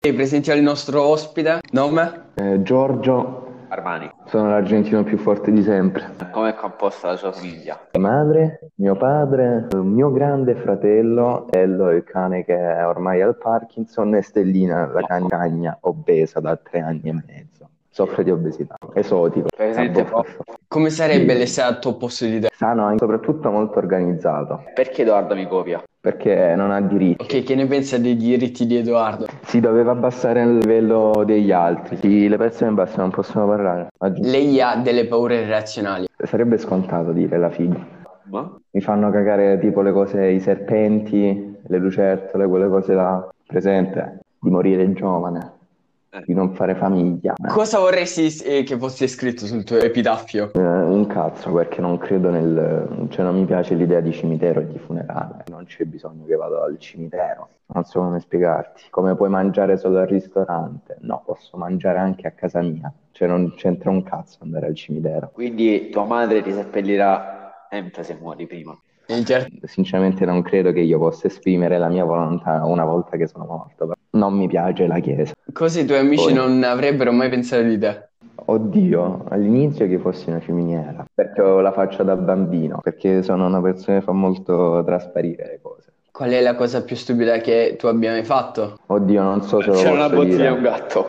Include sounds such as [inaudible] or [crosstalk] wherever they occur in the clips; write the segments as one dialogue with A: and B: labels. A: E presentiamo il nostro ospite, nome?
B: Eh, Giorgio,
C: Armani,
B: sono l'argentino più forte di sempre.
C: come è composta la sua famiglia?
B: Mia madre, mio padre, eh, mio grande fratello, Ello, il cane che è ormai al Parkinson, e Stellina, la cagna, cagna obesa da tre anni e mezzo. Soffre di obesità, esotico.
C: Per esempio,
B: Sabo-
A: Come sarebbe le se al tuo posto di te?
B: Sano e soprattutto molto organizzato,
C: perché Edoardo mi copia?
B: perché non ha diritti.
A: Ok, che ne pensa dei diritti di Edoardo?
B: Si doveva abbassare il livello degli altri. Sì, le persone basse non possono parlare. Aggi-
A: Lei ha delle paure razionali.
B: Sarebbe scontato dire la figa.
C: Ma?
B: Mi fanno cagare tipo le cose, i serpenti, le lucertole, quelle cose là. Presente? Di morire giovane, di non fare famiglia.
A: Cosa vorresti eh, che fosse scritto sul tuo epitaffio?
B: Eh, un cazzo perché non credo nel... cioè non mi piace l'idea di cimitero e di funerale. Non c'è bisogno che vado al cimitero. Non so come spiegarti. Come puoi mangiare solo al ristorante? No, posso mangiare anche a casa mia. Cioè non c'entra un cazzo andare al cimitero.
C: Quindi tua madre ti seppellirà sempre se muori prima.
A: Il ger-
B: Sinceramente non credo che io possa esprimere la mia volontà una volta che sono morto. Non mi piace la chiesa.
A: Cosa i tuoi amici
B: Poi.
A: non avrebbero mai pensato di te?
B: Oddio, all'inizio che fossi una ciminiera, perché ho la faccia da bambino, perché sono una persona che fa molto trasparire le cose.
A: Qual è la cosa più stupida che tu abbia mai fatto?
B: Oddio, non so se lo
C: C'era una
B: posso
C: bottiglia
B: dire.
C: e un gatto.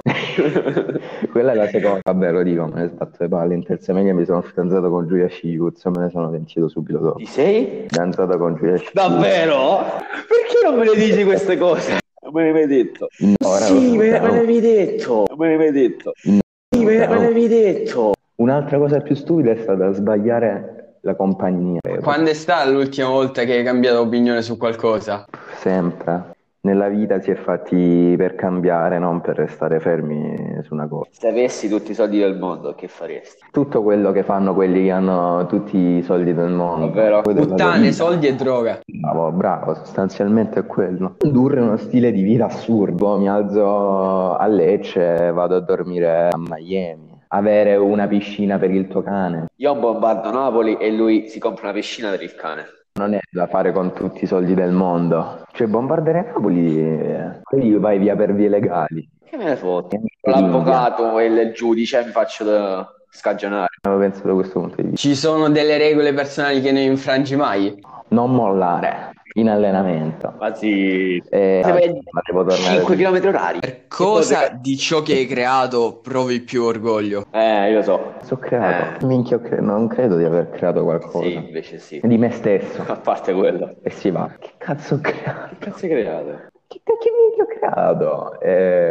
B: Quella è la seconda. Vabbè, lo dico, me ne sbatto le palle. In terza media mi sono fidanzato con Giulia Scicuz e me ne sono pentito subito dopo.
C: [laughs] Ti sei?
B: Fidanzato con Giulia Scicuz.
C: Davvero? Perché non me le dici queste cose? Non me le hai mai detto.
B: Ora lo
C: sì, me, me
B: sappiamo.
C: le avevi detto. Non me le hai mai detto. Sì, me, me le avevi detto.
B: Un'altra cosa più stupida è stata sbagliare la compagnia.
A: Quando è stata l'ultima volta che hai cambiato opinione su qualcosa?
B: Sempre. Nella vita si è fatti per cambiare, non per restare fermi su una cosa.
C: Se avessi tutti i soldi del mondo, che faresti?
B: Tutto quello che fanno quelli che hanno tutti i soldi del mondo.
C: Davvero?
B: Quella è la
A: Puttane,
B: vita.
A: soldi e droga.
B: Bravo, bravo, sostanzialmente è quello. Condurre uno stile di vita assurdo. Mi alzo a Lecce, vado a dormire a Miami. Avere una piscina per il tuo cane.
C: Io bombardo Napoli e lui si compra una piscina per il cane.
B: Non è da fare con tutti i soldi del mondo. Cioè, bombardare Napoli, eh, poi vai via per vie legali.
C: Che me ne foto?
B: Niente
C: Con
B: d'India.
C: l'avvocato e il giudice mi faccio da- scagionare.
B: Avevo pensato da questo punto di vista.
A: Ci sono delle regole personali che non infrangi mai?
B: Non mollare in allenamento.
C: Quasi
B: E
C: Se vedi-
B: ma devo tornare
C: 5 km orari.
A: Per cosa di ciò che hai creato provi più orgoglio?
C: Eh, io lo so.
B: Ho creato. Minchia, ho cre- non credo di aver creato qualcosa.
C: Eh. Sì, invece sì.
B: Di me stesso.
C: A parte quello.
B: E si va. Che cazzo ho creato?
C: Che cazzo hai creato?
B: Che cacchio minchia ho creato?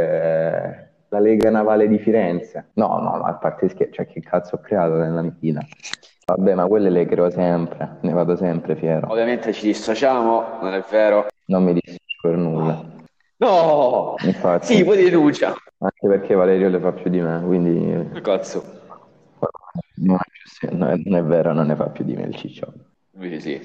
B: Eh, la Lega Navale di Firenze. No, no, ma a parte scherzo, cioè, che cazzo ho creato nella mia vita? Vabbè, ma quelle le creo sempre, ne vado sempre fiero.
C: Ovviamente ci dissociamo, non è vero?
B: Non mi dispiace per nulla.
C: No!
B: Infatti,
C: Sì, poi denuncia.
B: anche perché Valerio le fa più di me, quindi eh,
C: Cazzo.
B: no, sì, no, non è vero, non ne fa più di me il ciccione.
C: Invece sì.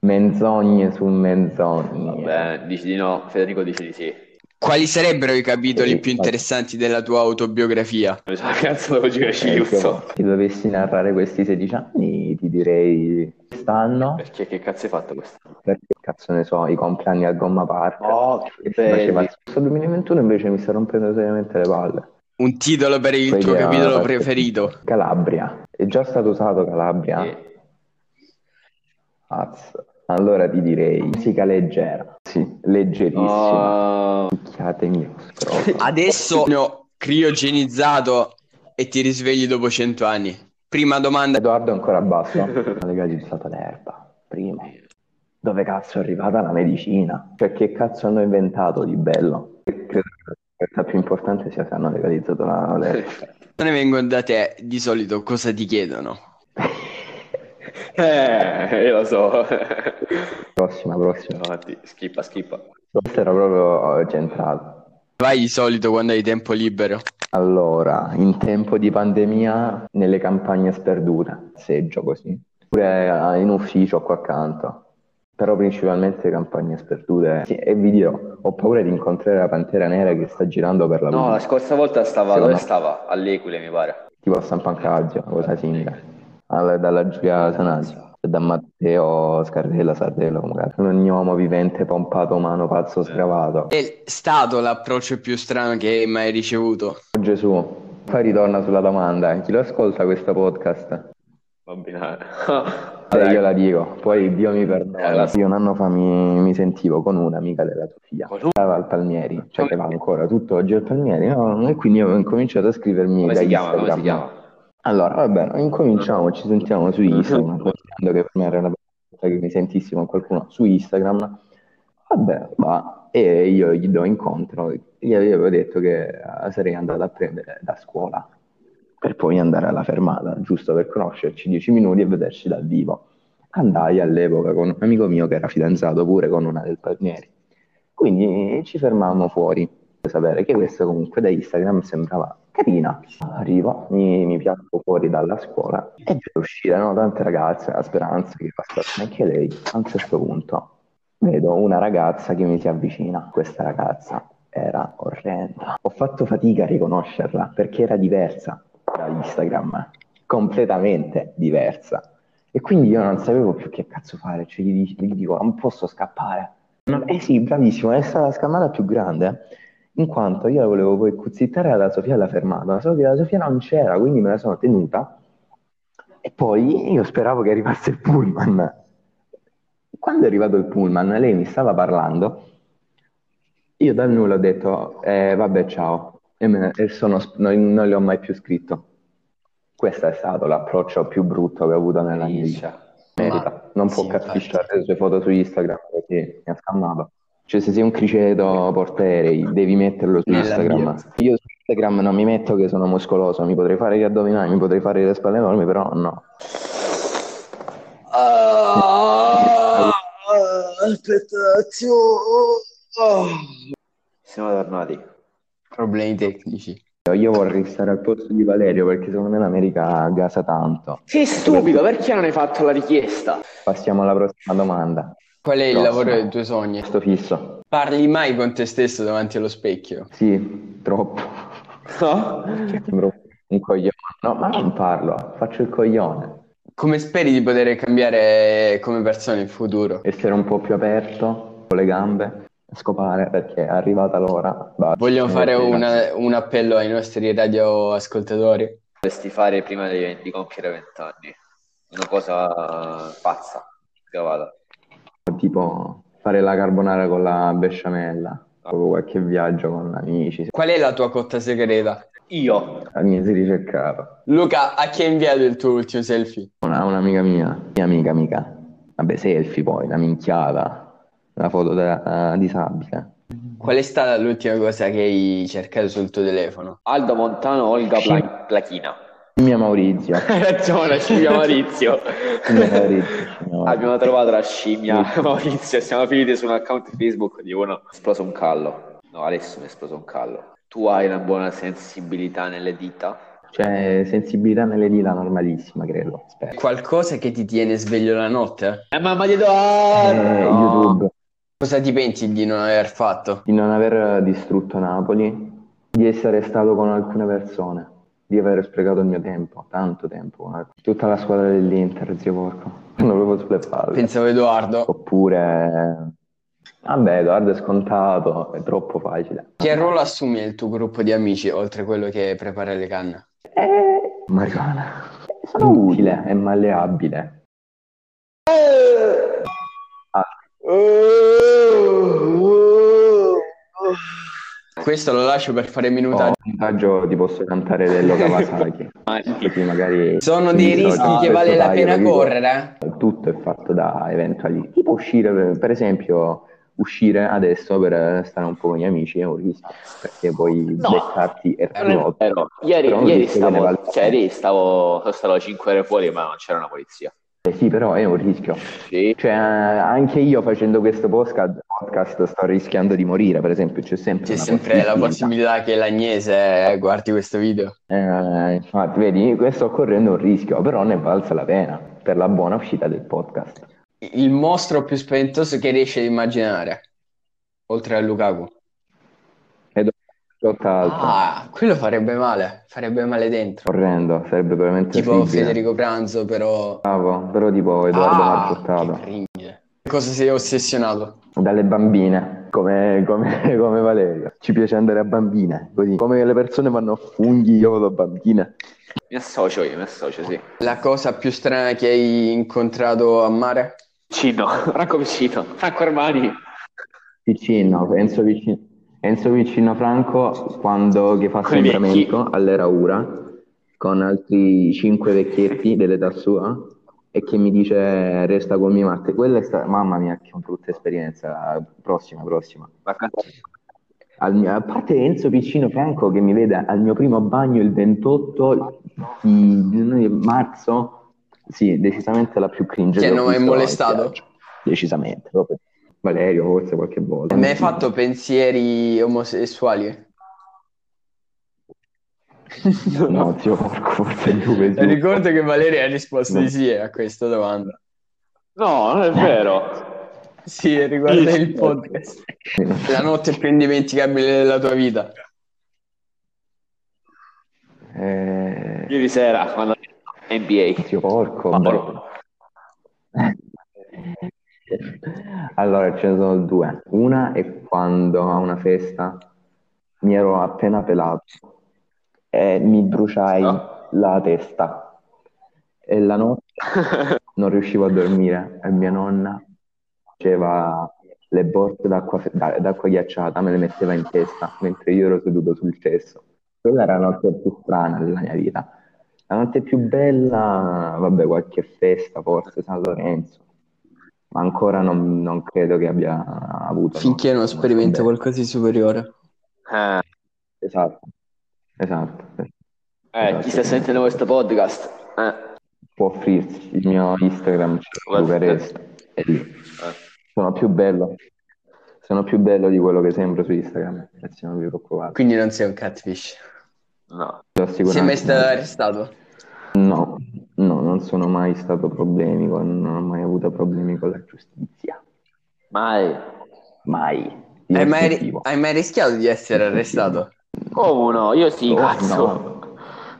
B: Menzogne su menzogne.
C: Vabbè, dici di no, Federico dice di sì.
A: Quali sarebbero i capitoli
B: Sì,
A: più
B: infatti.
A: interessanti della tua autobiografia?
C: Mi sa che cazzo devo girare
B: Eh,
C: Ciliuzzo.
B: se dovessi narrare questi 16 anni, ti direi quest'anno,
C: Perché che cazzo hai fatto questo?
B: perché cazzo ne so, i compleanni a Gomma Park.
C: Oh,
B: che
C: che
B: si faceva-
C: belli.
B: Questo 2021 invece mi sta rompendo seriamente le palle.
A: Un titolo per il
B: Quelli
A: tuo
B: a-
A: capitolo preferito?
B: Calabria. È già stato usato Calabria?
C: Sì.
B: Azz. Allora ti direi musica leggera. Sì, leggerissima.
C: Oh,
B: Picchiatemi lo scroto.
A: Adesso no, criogenizzato e ti risvegli dopo 100 anni. Prima domanda,
B: Edoardo è ancora basso. Legati di stata l'erba. Prima. Dove cazzo è arrivata la medicina? Cioè, che cazzo hanno inventato di bello? Credo che la cosa più importante sia se hanno legalizzato la l'erba.
A: ne vengono da te, di solito cosa ti chiedono?
C: eh, io lo so.
B: [laughs]
C: [laughs]
B: Prossima, prossima.
C: Avanti, schippa, schippa.
B: Questo era proprio eh, centrale.
A: Vai di solito quando hai tempo libero.
B: Allora, in tempo di pandemia, nelle campagne sperdute, seggio così, oppure eh, in ufficio qua accanto, però principalmente campagne sperdute. Sì, e vi dirò, ho paura di incontrare la pantera nera che sta girando per la
C: No, la
B: vita,
C: scorsa volta stava,
B: Secondo
C: dove
B: me-
C: stava? All'Equile, mi pare.
B: tipo a San Pancrazio, una cosa simile, alla- dalla Giulia Sanasi. da Matteo Scardello, Sardello, comunque. ogni uomo vivente, pompato, umano, pazzo, sgravato.
A: È stato l'approccio più strano che hai mai ricevuto.
B: Oh, Gesù, poi ritorna sulla domanda, chi lo ascolta questo podcast?
C: Va [laughs] bene.
B: Vabbè, io la dico, poi Dio mi perdona.
C: Eh, la-
B: Io un anno fa mi, mi sentivo con un'amica della tua figlia,
C: Con un-
B: stava al Palmieri, cioè che va ancora tutto oggi al Palmieri, no? E quindi ho incominciato a scrivermi
C: Come
B: da
C: si chiama? Come si
B: Instagram.
C: chiama?
B: Allora, va bene, incominciamo, ci sentiamo su Instagram,
C: Mhm.
B: considerando che per me era una volta che mi sentissimo con qualcuno su Instagram, vabbè, va, e io gli do incontro, gli avevo detto che eh, sarei andato a prendere da scuola, per poi andare alla fermata, giusto per conoscerci 10 minuti e vederci dal vivo. Andai all'epoca con un amico mio che era fidanzato pure con una del Palmieri, quindi ci fermammo fuori per sapere che questo comunque da Instagram sembrava carina. Arrivo, mi, mi piazzo fuori dalla scuola e vedo uscire no, tante ragazze, la speranza che passasse anche lei. A un certo punto vedo una ragazza che mi si avvicina. Questa ragazza era orrenda. Ho fatto fatica a riconoscerla perché era diversa da Instagram, completamente diversa. E quindi io non sapevo più che cazzo fare, cioè gli, dic- gli dico, non posso scappare. No, eh sì, bravissimo, è stata la scammata più grande, eh. in quanto io la volevo poi cuzzittare alla Sofia alla fermata, solo che la Sofia non c'era, quindi me la sono tenuta. E poi io speravo che arrivasse il pullman. Quando è arrivato il pullman, lei mi stava parlando, io dal nulla ho detto, "Eh, vabbè, ciao, e, me ne- e sono sp- non, non le ho mai più scritto. Questo è stato l'approccio più brutto che ho avuto nella mia vita.
C: Liscia.
B: Merita. non può
D: sì,
B: catfisciare le sue foto su Instagram perché mi ha scammato. Cioè, se sei un criceto porteri, devi metterlo su Instagram. Io su Instagram non mi metto che sono muscoloso, mi potrei fare gli addominali, mi potrei fare le spalle enormi, però no.
C: Siamo tornati.
A: Problemi tecnici.
B: Io vorrei stare al posto di Valerio perché secondo me l'America gasa tanto.
C: Sei stupido, perché non hai fatto la richiesta?
B: Passiamo alla prossima domanda.
A: Qual è il
B: Prossimo.
A: lavoro dei tuoi sogni?
B: Sto fisso.
A: Parli mai con te stesso davanti allo specchio?
B: Sì, troppo.
C: [laughs] No?
B: Sembro un coglione. No, ma non parlo, faccio il coglione.
A: Come speri di poter cambiare come persona in futuro?
B: essere un po' più aperto con le gambe, scopare perché è arrivata l'ora. basta.
A: Vogliamo fare
B: Eh,
A: una- un appello ai nostri radioascoltatori?
C: Dovresti fare prima di, di compiere vent'anni. Una cosa pazza. Cavata.
B: Tipo fare la carbonara con la besciamella, o qualche viaggio con amici,
A: Qual è la tua cotta segreta?
C: Io.
B: mi si ricercava.
A: Luca, a chi hai inviato il tuo ultimo selfie?
B: Una, un'amica mia, mia amica amica. Vabbè, selfie poi, la minchiata, la foto della eh, disabile.
A: Qual è stata l'ultima cosa che hai cercato sul tuo telefono?
C: Aldo Montano, Olga Pla- Plachina.
B: Mia Maurizio.
C: Hai ragione, scimmia Maurizio. [laughs]
B: Mia Maurizio, mia
A: [laughs] Ah,
B: Maurizio.
C: Abbiamo trovato la scimmia [laughs] Maurizio. Siamo finiti su un account Facebook di uno. Esploso un callo. No, adesso mi è esploso un callo. Tu hai una buona sensibilità nelle dita.
B: Cioè, sensibilità nelle dita normalissima, credo. Spero.
A: Qualcosa che ti tiene sveglio la notte?
C: Eh, mamma di do-
B: Eh, YouTube.
A: Cosa ti penti di non aver fatto?
B: di non aver distrutto Napoli, di essere stato con alcune persone, di aver sprecato il mio tempo, tanto tempo, guarda. tutta la squadra dell'Inter, zio porco, [laughs] sono proprio sulle palle.
A: Pensavo Edoardo.
B: Oppure, vabbè, Edoardo è scontato, è troppo facile.
A: Che ruolo assumi nel tuo gruppo di amici, oltre quello che prepara le canne?
B: Eh, Mariana, sono utile, è malleabile.
A: Questo lo lascio per fare
B: Ho
A: minutaggio.
B: un vantaggio, ti posso cantare
A: [laughs]
B: dello Kawasaki, così magari...
A: Sono dei
B: Quindi,
A: rischi
B: no,
A: che
B: Ah, questo
A: vale la
B: taglio,
A: pena
B: capito?
A: correre. eh?
B: tutto è fatto da eventuali tipo uscire per- per esempio uscire adesso per stare un po' con gli amici è un rischio perché puoi
C: No.
B: beccarti e
A: Eh.
C: Non è vero. Ieri,
B: Però non
C: ieri
B: dice che ne
C: stavo,
B: vale.
C: cioè, ieri stavo, sono stato 5 ore fuori, ma non c'era una polizia.
B: Eh sì però è un rischio
C: Sì.
B: cioè eh, anche io facendo questo podcast, podcast sto rischiando di morire per esempio c'è sempre
A: C'è
B: una
A: sempre la
B: possibilità.
A: possibilità che l'Agnese eh, guardi questo video.
B: Eh, infatti vedi questo correndo è un rischio però ne è valsa la pena per la buona uscita del podcast
A: Il mostro più spaventoso che riesci ad immaginare, oltre a Lukaku.
B: Edo- Scotta alta.
A: Ah, quello farebbe male, farebbe male dentro.
B: Orrendo, sarebbe veramente
A: Tipo
B: orribile.
A: Federico Pranzo, però...
B: Bravo, però tipo Ah, Edoardo
A: ah,
B: Margiottato.
A: che cringe. Cosa sei ossessionato?
B: Dalle bambine, come, come, [laughs] come Valerio. Ci piace andare a bambine, così. Come le persone vanno a funghi, io vado a bambine.
C: Mi associo io, mi associo, sì.
A: La cosa più strana che hai incontrato a mare?
C: Cino, [laughs] Franco Piccino, Franco Armani.
B: Piccino, Enzo Piccino, Enzo Piccino Franco, quando che fa
C: Con i vecchi.
B: sembramento all'era ura, con altri cinque vecchietti dell'età sua, e che mi dice resta con me Matte. Quella è stata, mamma mia, che brutta esperienza, prossima, prossima.
C: Ma cazzo,
B: Al mio- a parte Enzo Piccino Franco che mi vede al mio primo bagno il 28 di marzo, sì, decisamente la più cringe
A: Ti
B: che ho
A: hanno mai
B: visto in
A: molestato?
B: spiaggia. Decisamente, proprio. Valerio forse qualche volta.
A: Mi hai fatto pensieri omosessuali?
B: No, zio, porco, forse tu pensi-
A: Ricordo che Valeria ha risposto
B: No.
A: di sì a questa domanda.
C: No, non è vero.
A: Sì, riguarda il podcast. La notte più indimenticabile della tua vita.
B: Eh,
C: Ieri sera, quando NBA.
B: zio, porco.
C: Paolo.
B: Allora, ce ne sono due. Una è quando a una festa mi ero appena pelato e mi bruciai
C: No.
B: la testa. E
A: [laughs]
B: la notte non riuscivo a dormire e mia nonna faceva le borse d'acqua, fe- da- d'acqua ghiacciata, me le metteva in testa mentre io ero seduto sul cesso. Quella era la notte più strana della mia vita. La notte più bella, vabbè, qualche festa, forse San Lorenzo, ma ancora non, non credo che abbia avuto.
A: Finché non
B: una-
A: sperimento
B: una-
A: qualcosa di superiore.
C: Eh,
B: Esatto, esatto.
C: eh, chi sta sentendo questo podcast? Eh,
B: Può offrirsi il mio Instagram, c'è
C: Guarda.
B: Lucaresta, è lì.
C: eh.
B: Sono più bello. Sono più bello di quello che sembro su Instagram, ragazzi, non vi preoccupate.
A: Quindi non sei un catfish.
C: No.
B: Lo assicuro.
A: Sei mai stato arrestato?
B: No, no, non sono mai stato problemico, non ho mai avuto problemi con la giustizia.
C: Mai.
B: Mai.
A: Hai mai, Ah,
B: Difensivo.
A: hai mai rischiato di essere arrestato?
C: Come no? Io sì,
B: Oh,
C: cazzo.
B: no.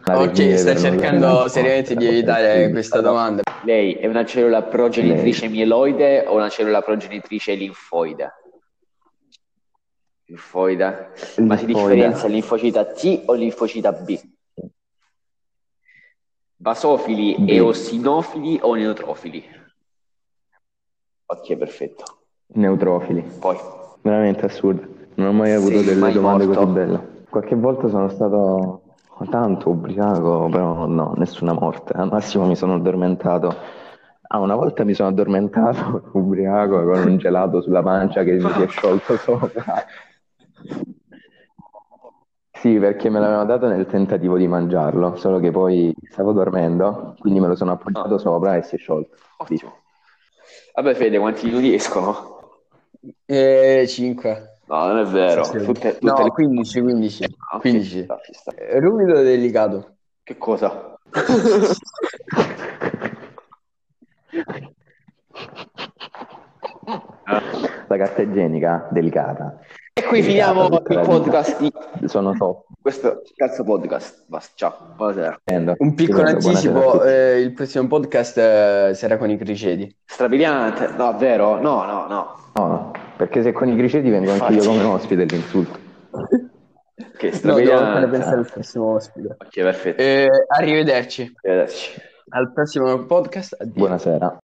B: La
A: Ok,
B: regina
A: sta
B: del-
A: cercando seriamente di evitare questa domanda.
C: Lei è una cellula progenitrice mieloide o una cellula progenitrice linfoide? Linfoide? Ma
B: Linfoide.
C: si differenzia linfocita T o linfocita B? Basofili,
B: B.
C: eosinofili o neutrofili? Ok, perfetto.
B: Neutrofili.
C: Poi,
B: Veramente assurdo. Non ho mai avuto
C: Sì,
B: delle
C: mai
B: domande
C: morto.
B: così belle. Qualche volta sono stato tanto ubriaco, però no, nessuna morte. Al massimo mi sono addormentato. Ah, una volta mi sono addormentato [laughs] ubriaco con un gelato sulla pancia che mi si è sciolto sopra. Sì, perché me l'avevano dato nel tentativo di mangiarlo, solo che poi stavo dormendo, quindi me lo sono appoggiato sopra e si è sciolto.
C: ottimo. Vabbè, Fede, quanti minuti escono?
A: Eh, 5.
C: No, non è vero.
A: Sì, sì.
C: Tutte, tutte
A: No,
C: le-
A: 15, 15.
C: Ah, ok,
A: 15.
C: ci sta, ci sta.
A: Eh, Ruvido e delicato.
C: Che cosa?
B: La carta igienica, delicata.
C: E qui finiamo
B: tutta
C: il
B: la vita.
C: podcast di
B: Sono top.
C: questo cazzo podcast. Basta, ciao, buonasera.
A: Un piccolo
B: Buonasera a
A: anticipo,
B: tutti.
A: eh, il prossimo podcast eh, sarà con i criceti.
C: Strabiliante, no, vero? No, no, no.
B: No, no, perché se con i criceti vengo anche io
C: Infatti.
B: come ospite l'insulto.
C: Che
A: No, devo ancora
C: strabiliante.
A: pensare al prossimo ospite.
C: ok, perfetto.
A: Eh, arrivederci.
C: Arrivederci.
A: Al prossimo podcast. Addio.
B: Buonasera.